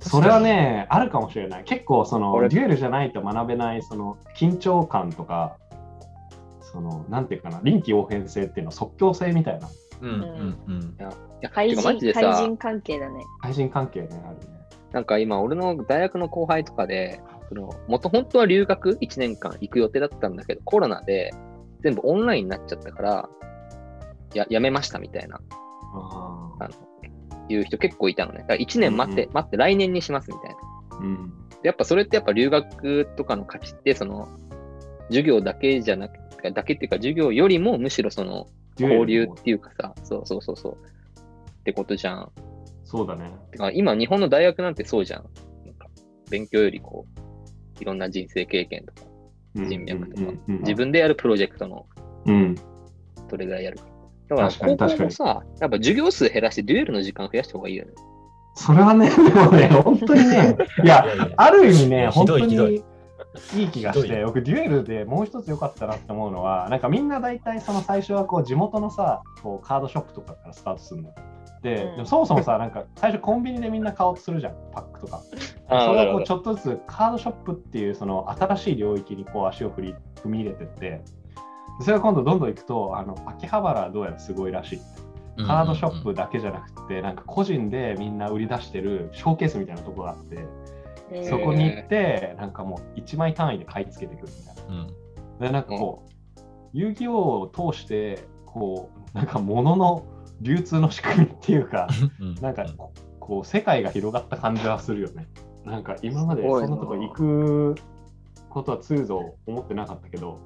C: それはねあるかもしれない結構その
D: 俺
C: デュエルじゃないと学べないその緊張感とかそのなんていうかな臨機応変性っていうの即興性みたいな
A: うんうんうん。
D: いやいや
B: 対
D: てかマジで
B: 人
D: さ
B: 対人関係だね。
C: 対人関係ね、あるね。
D: なんか今、俺の大学の後輩とかで、その元本当は留学1年間行く予定だったんだけど、コロナで全部オンラインになっちゃったから、ややめましたみたいな、
C: あ
D: あのいう人結構いたのね。だから1年待って、
C: うん
D: 待って、来年にしますみたいな。
C: あ、うん。
D: でやっぱそれってやっぱ留学とかの価値って、その、授業だけじゃなくて、だけっていうか、授業よりもむしろその、交流っていうかさ、そうそうそうそう。ってことじゃん。
C: そうだね。
D: てか今、日本の大学なんてそうじゃん。なんか勉強よりこう、いろんな人生経験とか、
C: うん
D: 人脈とか
C: うんうんうん
D: 自分でやるプロジェクトの
C: うん。
D: どれぐらいやるか。だから
C: 確かに
D: 高校もさ、やっぱ授業数減らしてデュエルの時間増やした方がいいよね。
C: それ はね、でもね、本当にね、いや、
A: いやいや
C: ある意味ね、
A: ひ
C: 本
A: ど
C: 当
A: いひどい
C: にいい気がし
A: ひどい
C: て、僕、デュエルでもう一つ良かったなって思うのは、なんかみんな大体その最初はこう地元のさ、こうカードショップとかからスタートするのよ。で、
B: うん
C: でもそもそもさ、なんか最初コンビニでみんな買おうとするじゃん、パックとか。そ
D: あー
C: れ
D: なる
C: をこ
D: ほ
C: う
D: ど
C: ちょっとずつカードショップっていうその新しい領域にこう足を振り踏み入れてって、それが今度どんどん行くと、あの秋葉原はどうやらすごいらしい。カードショップだけじゃなくて、なんか個人でみんな売り出してるショーケースみたいなとこがあって、
B: えー
C: そこに行って、なんかもう1枚単位で買い付けてくるみたい
A: うんうん
C: な。で、なんかこう、遊戯王を通して、こう、なんか物の流通の仕組みっていう か、
A: うん
C: なんかここう、世界が広がった感じはするよね。なんか今まです
D: ごい
C: そ
D: なん
C: なとこ行くことは通常思ってなかったけど、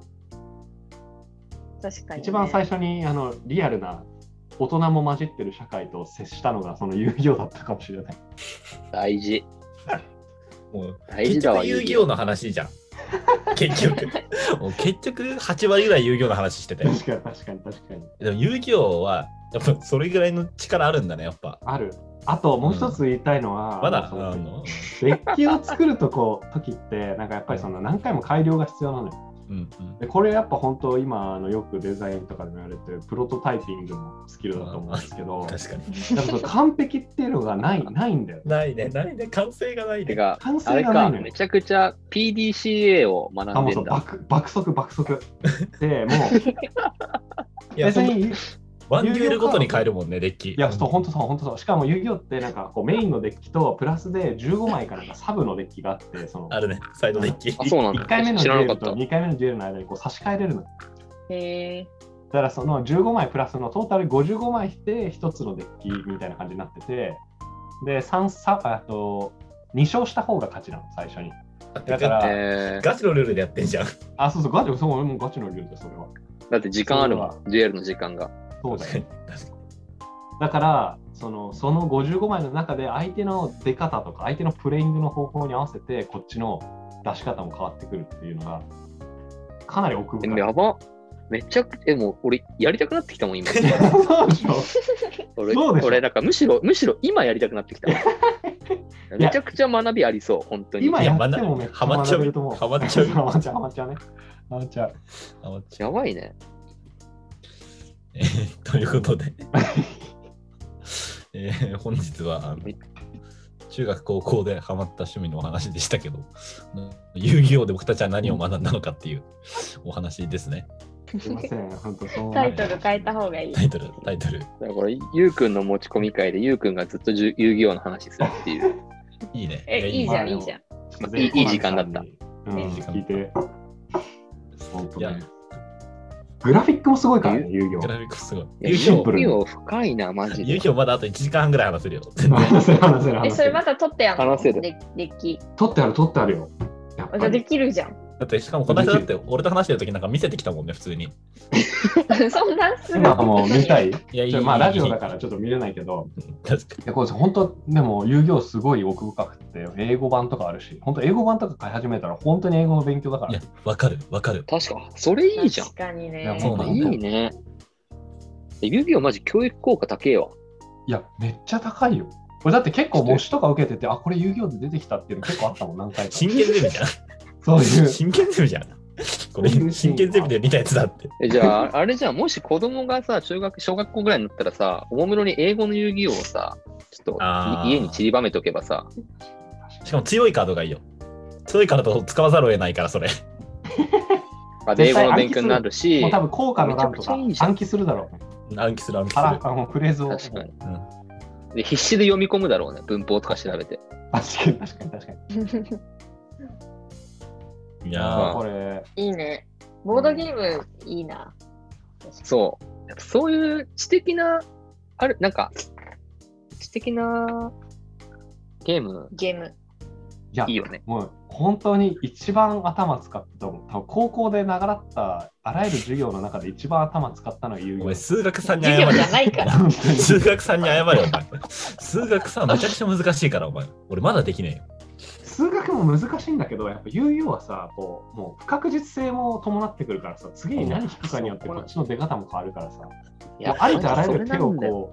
B: 確かに、ね。
C: 一番最初にあのリアルな大人も混じってる社会と接したのがその遊戯王だったかもしれない。
D: 大事。
A: もう
D: 大
A: 結
D: 事だ
A: 局
D: わ。
A: 遊戯
D: 王
A: 王の話じゃん。結局。もう結局8割ぐらい遊戯王の話してて。
C: 確かに確かに確かに。
A: でも遊戯王はやっぱそれぐらいの力あるんだね、やっぱ。
C: ある。あともう一つ言いたいのは、
A: まだ
C: あの
A: あんの
C: デッキを作るとこ時って、なんかやっぱりその何回も改良が必要なのよ。
A: うん
C: でこれやっぱ本当今あのよくデザインとかでも言われてるプロトタイピングのスキルだと思うんですけ
A: う
C: ど
A: ん。、確かに。
C: やっぱその 完璧っていうのがないないんだよね。
A: ないね、ないね、完成がない
D: て
A: ね。
D: か、
C: 完成
D: あれ
C: がな
D: か、
C: いのよ
D: めちゃくちゃ PDCA を
C: あ
D: 学
C: も
D: ん
C: う
D: で
C: そ
D: ん
C: う
D: だ。
C: 爆爆速爆速。でもう
A: いや、
C: 別に
A: ワンデュエルごとに変えるもんね、デッキ。
C: いや、そう、本当そう、本当そう。しかも遊戯王って、なんかこうメインのデッキと、プラスで15枚かなんかサブのデッキがあって、その、
A: あるね、サイドデッキ。
D: あ、そうなん
C: 1回目
D: だ。
C: の
D: 知
C: デ
D: ら
C: ュエ
D: なか
C: ル
D: った
C: と。2回目のデュエルの間にこう差し替えれるの。だ
B: え
C: からその15枚プラスのトータル55枚して1つのデッキみたいな感じになってて、で、三さあと2勝した方が勝ちなの、最初に。だから
D: え
A: ガチのルールでやってんじゃん。
C: あ、そうそう、ガチ、そう、もうガチのルールだ、それは。
D: ーだって時間あるも
C: そ
D: ん、デュエルの時間が。
C: そうだよ。
A: 確か
C: だからそのその55枚の中で相手の出方とか相手のプレイングの方法に合わせてこっちの出し方も変わってくるっていうのがかなり奥
D: で
C: 深
D: も
C: い。
D: やば。めちゃくちゃ、えもう俺、やりたくなってきたもん、今。
C: そうでしょ
D: 俺、
C: そうでしょ
D: 俺なんかむしろ、むしろ今やりたくなって きた。めちゃくちゃ学びありそう、本当に。
C: 今
A: い
C: や
A: や
C: っ
A: まだ
C: てもめっち
A: ハ
C: ゃ
A: マっちゃ
C: 学
A: う
C: べると思う。
A: ハマっちゃう
C: ハマっちゃう。ハマっちゃうね。ハマっちゃう。
A: あまっちゃ
D: やばいね。
A: えーということで、 えー本日はあの中学高校でハマった趣味のお話でしたけど、うん遊戯王で僕たちは何を学んだのかっていうお話ですね。
C: すいません。本当そう
B: ー、
C: 思
B: タ
C: い
B: イ
C: ま
B: ト
C: す。
B: ル変えた方がいい
A: タ。イトル、タイトル、
D: だからこれ、ゆうくんの持ち込み会で、ゆうくんがずっとじゅ遊戯王の話するって いう。
A: いいね。
B: え、いい
A: い
B: じゃ
C: まあ
B: ん、
C: で
B: い
C: も
B: いじゃん。
C: ちょっとぜひ
D: いいいい時間だった
C: うん。
A: いい時間
C: 聞いて。本当
A: いや
C: ね。グラフィックもすごいからね、遊戯
A: グラ
C: 王。
A: フィックすごい。
D: いや
A: 遊
D: 遊
A: 戯
C: ル
A: 王、
D: 戯王深いな、マジ
A: 遊
D: で。
A: 戯王まだあと1時間半ぐらい話せるよ。全然
C: 話せる話せる話せる
B: え、それまた取ってやんの
D: 話せる
B: デデッキ。
C: 取ってある取ってあるよ。やっ
B: あ
C: ぱ
B: じゃあ
C: り
B: できるじゃん。
A: だってしかもこの間だって俺と話してる時なんか見せてきたもんね、普通に。
B: そんなんすぐ
C: 今はもう見たい。
A: いや、いい
C: ちょまあラジオだ
A: ら。
C: からちょっと見れないけど、
A: 確かに
C: いやこれ本当、でも遊戯王すごい奥深くて、英語版とかあるし、本当英語版とか買い始めたら本当に英語の勉強だか
A: い
C: ら
A: や。、わかる、わかる。
D: 確か、それいいじゃん
B: 確。かに
C: い
B: ね
C: や。そうなんだ
D: いいね。遊戯王マジ教育効果高えわ。
C: いや、めっちゃ高いよ。これだって結構模試とか受けてて、あ、これ遊戯王で出てきたっていうの結構あったもん、何回か。
A: 真剣ゼミじゃん。
C: そういう。
A: 真剣ゼミじゃん。これ、真剣ゼミで見たやつだって。
D: えじゃあ、 あれじゃん、もし子供がさ、中学、小学校ぐらいになったらさ、おもむろに英語の遊戯王をさ、ちょっ
A: あ
D: と
A: ー
D: い家に散りばめとけばさ、
A: しかも強いカードがいいよ。強いカード使わざるを得ないから、それ。
D: まあ英語の勉強になるし
C: もう、多分効果の欄と
D: めちゃくちゃいいじ
C: か
D: ゃん
C: 暗記するだろうね。
A: 暗記する、暗記す
C: あ
A: る
C: ら、。あのフレーズを。
D: 確かに。
A: うん
D: で必死で読み込むだろうね、文法とか調べて。
C: 確かに確かに確かに。
A: い
C: あ
A: や
C: これ、
B: いいね。ボードゲームいいな。
D: そう。やっぱそういう知的な、ある、なんか、知的なゲーム
B: ゲーム。
C: いや
D: いいよね。
C: もう本当に一番頭使ってたもん。多分高校で習ったあらゆる授業の中で一番頭使ったのは遊
A: ー、お
C: 戯王
A: 前。数学さんに
B: 授
A: 謝
B: 業じゃ
A: れ。
B: な いから。
C: 本当に
A: 数学さんに謝れ、お前。数学さん、めちゃくちゃ難しいから、お前。俺まだできねえよ。
C: 数学も難しいんだけど、やっぱ遊戯王はさ、こうもう不確実性も伴ってくるからさ、次に何引くかによってこっちの出方も変わるからさ、
D: やっぱ
C: ありとあらゆる
D: それ
C: 手
D: な
C: を
D: んだよ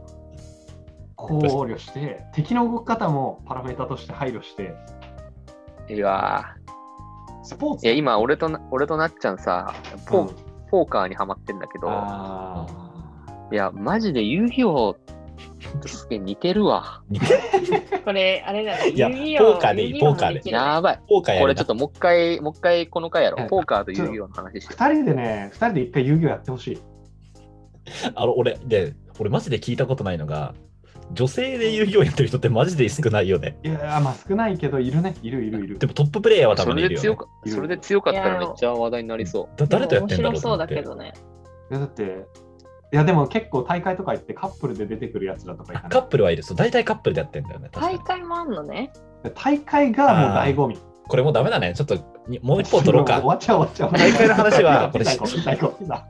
C: こう考慮して、敵の動き方もパラメータとして配慮して、
D: いや
C: スポー
D: ー、
C: ツ
D: いや今俺とな、俺となっちゃんさ、ポ,、
C: うん
D: ポーカーにハマってんだけど、
C: あ
D: いや、マジで遊戯王とすげえ似てるわ。
B: これ、あれだね。
A: いや
B: 遊戯王
A: ポーカーでいい
B: 遊戯王も
A: ポーカーで
B: きるね
D: やばい。
A: ポーカーや
D: こ
A: る
D: れ
A: な
D: ちょっともう一回、もう一回この回やろ
C: え
D: う。ポーカーと遊戯王の話し
C: ー
D: よ
C: 二人でね、二人で一回遊戯王やってほしい。
A: あの俺で俺マジで聞いたことないのが女性で遊戯王やってる人ってマジで少ないよね。
C: いやー、まあ少ないけど、いるね、いるいるいる
A: で。もトッププレイヤー
D: う。
A: は多
D: そ
A: 分
D: れ
A: いる
D: で
A: よ、
D: 強
A: ね。
D: かそれで強かったらめっちゃ話題になりそう。
A: だ誰とやってんだろ
B: 面白
A: うと思
B: そう
A: っ
B: だ
A: て。
B: けどね。
C: いやだって、いやでも結構大会とか行ってカップルで出てくるやつらとかい
A: あ
C: たね
A: カップルはいる。そう大体カップルでやってんだよね。確かに
B: 大会もあんのね。
C: 大会がもう醍醐味。
A: これもうダメだね。ちょっとにもう一本取ろうか
C: 終。わっちゃう終わっちゃう。
A: 大会の話はこ
C: こ
A: れ
C: れ最高最高。ピザ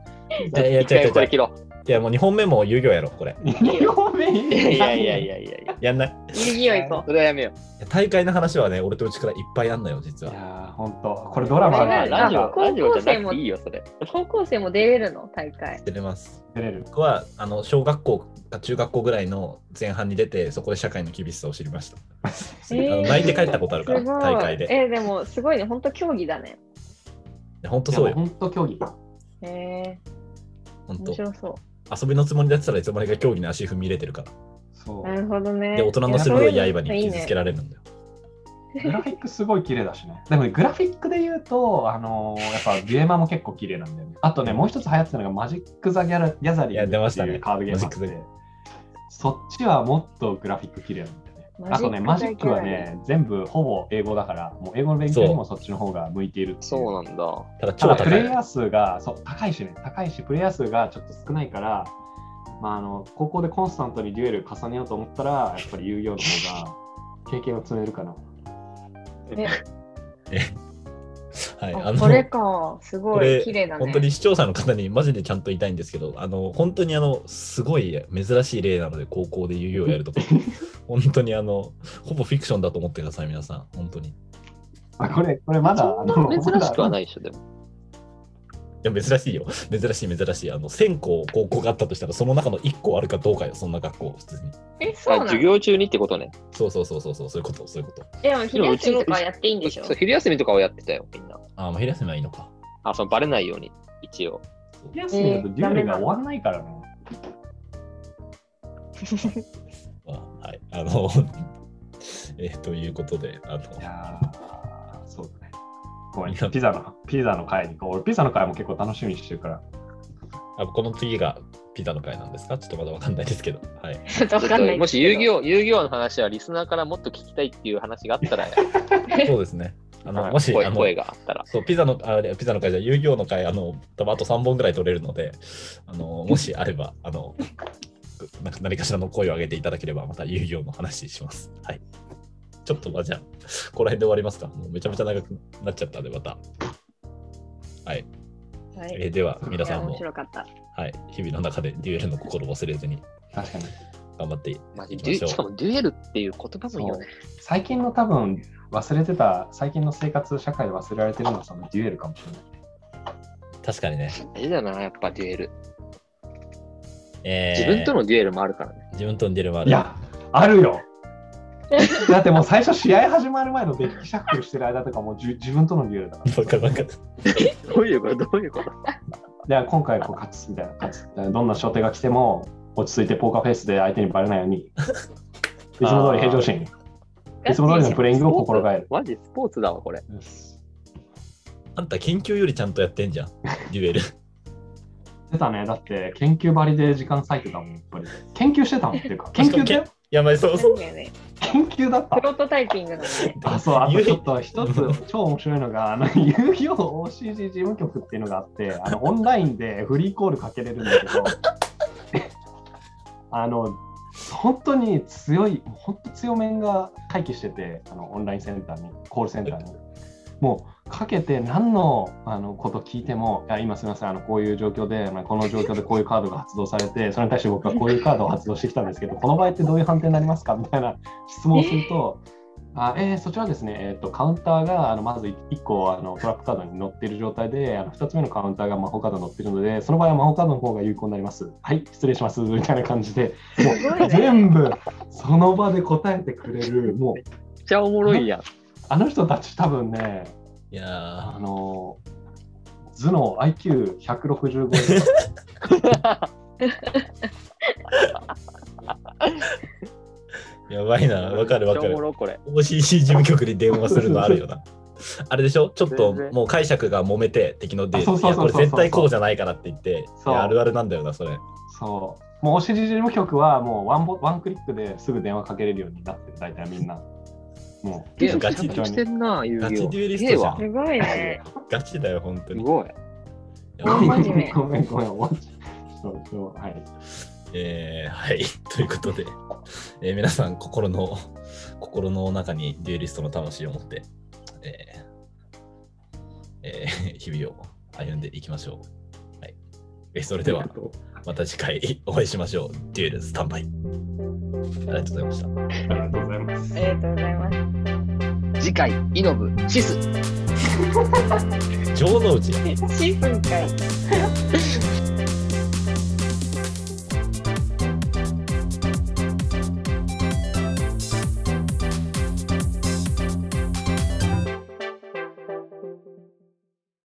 A: いやいや違
D: 一回
A: う
D: こ
A: 違う
D: れ
A: 違う
D: 切ろ
A: いやもう2本目も遊戯王やろこれ。
C: 二本目
D: う。いやいやいや
C: や。
D: いやいやいや。
A: やんない。
B: 遊戯王行こう。
D: それはやめよ
A: 大会の話はね俺とうちからいっぱいあんのよ実
C: い
A: は。
C: や本当これドラ
D: う。ま
C: マ
D: あまあ
C: が
D: ラジ
B: あ
D: オ、
B: 高校生
D: ラ
B: も
D: ジオじゃなくていいよ、それ。
B: 高校生も出れるの大会。
A: 出れます。
C: 出れる。
A: 僕はあの小学校か中学校ぐらいの前半に出てそこで社会の厳しさを知りました。あの泣いて帰ったことあるから
B: すごい
A: 大会で。
B: えーでもすごいね。本当競技だね。
A: 本当そうよ。
C: 本当競技。
B: へえ
A: 本
B: ー、
A: 当
B: 面。白そ
A: 遊びのつもりでやってたらいつの間にか競技に足踏み入れてるから。
C: そう
B: う。な。るほどね。
A: で、大人の鋭い
B: や
A: 刃に傷つけ
B: ら
A: られるんだよ。
C: グラフィックすごい綺麗だしね。でもグラフィックで言うと、あのーやっぱデュエマも結構綺麗なんだよね。あとね、もう一つ流行ってたのがマジック・ザ・ギャラギャザリ
A: いや
C: ン
A: 出
C: グ
A: ま
C: っ
A: してたね
C: いうカードゲームがあって
A: マジック
C: そっちはもっとグラフィック綺麗なんだよね。
B: マジック
C: あとね、マジックはね、全部ほぼ英語だから、もう英語の勉強にもそっちの方が向いているっていう
D: そうなんだ。
A: ただ、
C: た
A: 超
C: だ
A: 高
C: プレ
A: い。
C: イヤー数がそう高いしね、高いし、プレイヤー数がちょっと少ないから、まあ、あの高校でコンスタントにデュエル重ねようと思ったら、やっぱり遊戯王の方が経験を積めるかな。
B: ね
A: はい、
B: あ
A: あ
B: これ
A: の、
B: か。す
A: こ
B: ご
A: れ
B: い。綺麗だね。
A: 本当に視聴者の方にマジでちゃんと言いたいんですけど、あの、本当にあの、すごい珍しい例なので、高校で遊戯王やると か、本当にあの、ほぼフィクションだと思ってください、皆さん。本当に。い
C: あこれ、これまだ、あの
D: 珍しくは
C: まだ
D: ないでしょ、でも。
A: や、珍しいよ。珍しい、珍しい。あの、1000校高校があったとしたら、その中の1校あるかどうかよ、そんな学校、普通に。
B: え、
D: あ
B: そうなの
D: 授業中にってことね。
A: そうそうそうそうそう、そういうこと、そういうこと。
B: でも、昼休みとかはやっていいんでしょ
D: そう昼休みとかをやってたよ、みんな。
A: あー、まあ、昼休みはいいのか。
D: あ、そのバレないように、一応。
C: 昼休みだとデュエルが終わんないからね。
A: まあはい、あの、 えーということで、あの、
C: いやーそうだね。ごめ
A: いや
C: ん、ピザの、ピザの会に行こう。俺、ピザの会も結構楽しみにしてるから。
A: あこの次がピザの会なんですかちょっとまだわかんないですけど、はい。
B: ちょっとわかんない。
D: もし遊戯
B: 王。
D: 王、遊戯王の話はリスナーからもっと聞きたいっていう話があったら、
A: そうですね。あの、
C: はい
A: もし、
D: 声
A: あの、
D: 声があったら。
A: そうピザのあれピザの会じゃ遊戯王の会あの多分あと3本ぐらい取れるのであのもしあればあのなんか何かしらの声を上げていただければまた遊戯王の話しますはいちょっとまあじゃあこの辺で終わりますかもうめちゃめちゃ長くなっちゃったんでまたはい、
B: は
A: えー
B: い。
A: では皆
B: い
A: さ
B: や
A: ん
B: 面
A: も
B: 白かった。
A: はい、日々の中でデュエルの心を忘れずに
C: 確かに。
A: 頑張ってい
D: マジ
A: き
D: デ
A: まし
D: ュ
A: ょ
D: しか
A: う。
D: もデュエルっていう言葉もいいよね。
C: 最近の多分、忘れてた、最近の生活、社会で忘れられてるのはそのデュエルかもしれない。
A: 確かにね、
D: 大事だな、やっぱデュエル。
A: えー
D: 自分とのデュエルもあるからね。
A: 自分とのデュエルもある
C: いや、ある よ。だってもう最初試合始まる前のデッキシャッフルしてる間とかもうじゅ自分とのデュエルだから。
A: バカバカ
D: どういうことどういうこと
C: では今回こう勝つみたいな勝つ。どんな小手が来ても落ち着いてポーカーフェイスで相手にバレないよう に。いつも通り平常心。いつも通りのプレイングを心がける。
D: マジスポーツだわ、これ。
A: あんた研究よりちゃんとやってんじゃんデュエル
C: 出たね。だって研究ばりで時間割いてたもん、やっぱり。研究してたもんっていうか、研究だよ。
A: や、まあ、そう、そう
B: なん。だよね。
C: 研究だっ
B: プ
C: た。
B: ロトタイピングなのね。
C: あ、そう、あと
A: 遊
C: ちょっと一つ超面白いのが、あの、遊戯王 OCG 事務局っていうのがあって、あの、オンラインでフリーコールかけれるんだけど、あの、本当に強い、本当強面が回帰してて、あの、オンラインセンターに、コールセンターに。もうかけて何のあのこと聞いても、いや今すみません、あのこういう状況で、まあ、この状況でこういうカードが発動されて、それに対して僕はこういうカードを発動してきたんですけど、この場合ってどういう判定になりますかみたいな質問をすると、あえーそちらはですね、えーと、カウンターがあのまず1個あのトラップカードに乗っている状態で、あの2つ目のカウンターが魔法カードに乗っているので、その場合は魔法カードの方が有効になります。はい、失礼します、みたいな感じで、も
B: すごいうね
C: 全部その場で答えてくれる、もう
D: めっちゃおもろ いやん。
C: あの人たち多分ね、
A: いや
C: あ
A: ー
C: の頭脳 IQ165 で
A: やばいな、わかるわか
D: めっちゃおも
A: る。
D: ろこれ。
A: OCC 事務局に電話するのあ るよな。あれでしょちょっと
D: 全然
A: もう解釈が揉めて敵のデ
C: あそう
A: ータ
C: そう
A: いやこ
C: そうそう
A: れ
C: そう
A: 絶対こうじゃないからって言ってい
C: そう
A: やあるあるなんだよなそれ
C: そうもうお尻事務局はもうワンボワンクリックですぐ電話かけれるようになってる大体みんなも
A: いや
D: ちゃ
A: ガ
D: ん
A: チ
D: としてんな、遊
A: ガ
D: 戯
A: チ
D: 王。
A: デュエリストじゃん
B: すごいね。
A: ガチだよ本当
D: す
A: に
D: ごい。
C: う
A: やばい
B: マジで
C: ごめんごめんごめんちょっとちょっとはい
A: えーはい、 ということで、えー皆さん心の、心の中にデュエリストの魂を持って、えーえー日々を歩んでいきましょう。はい、えーそれでは、また次回お会いしましょう。デュエルスタンバイ。ありがとうございました。
C: ありがとうございます
B: ありがとうございます。
D: 次回、イノブ、シス。
A: 城之内
B: シーズンかい。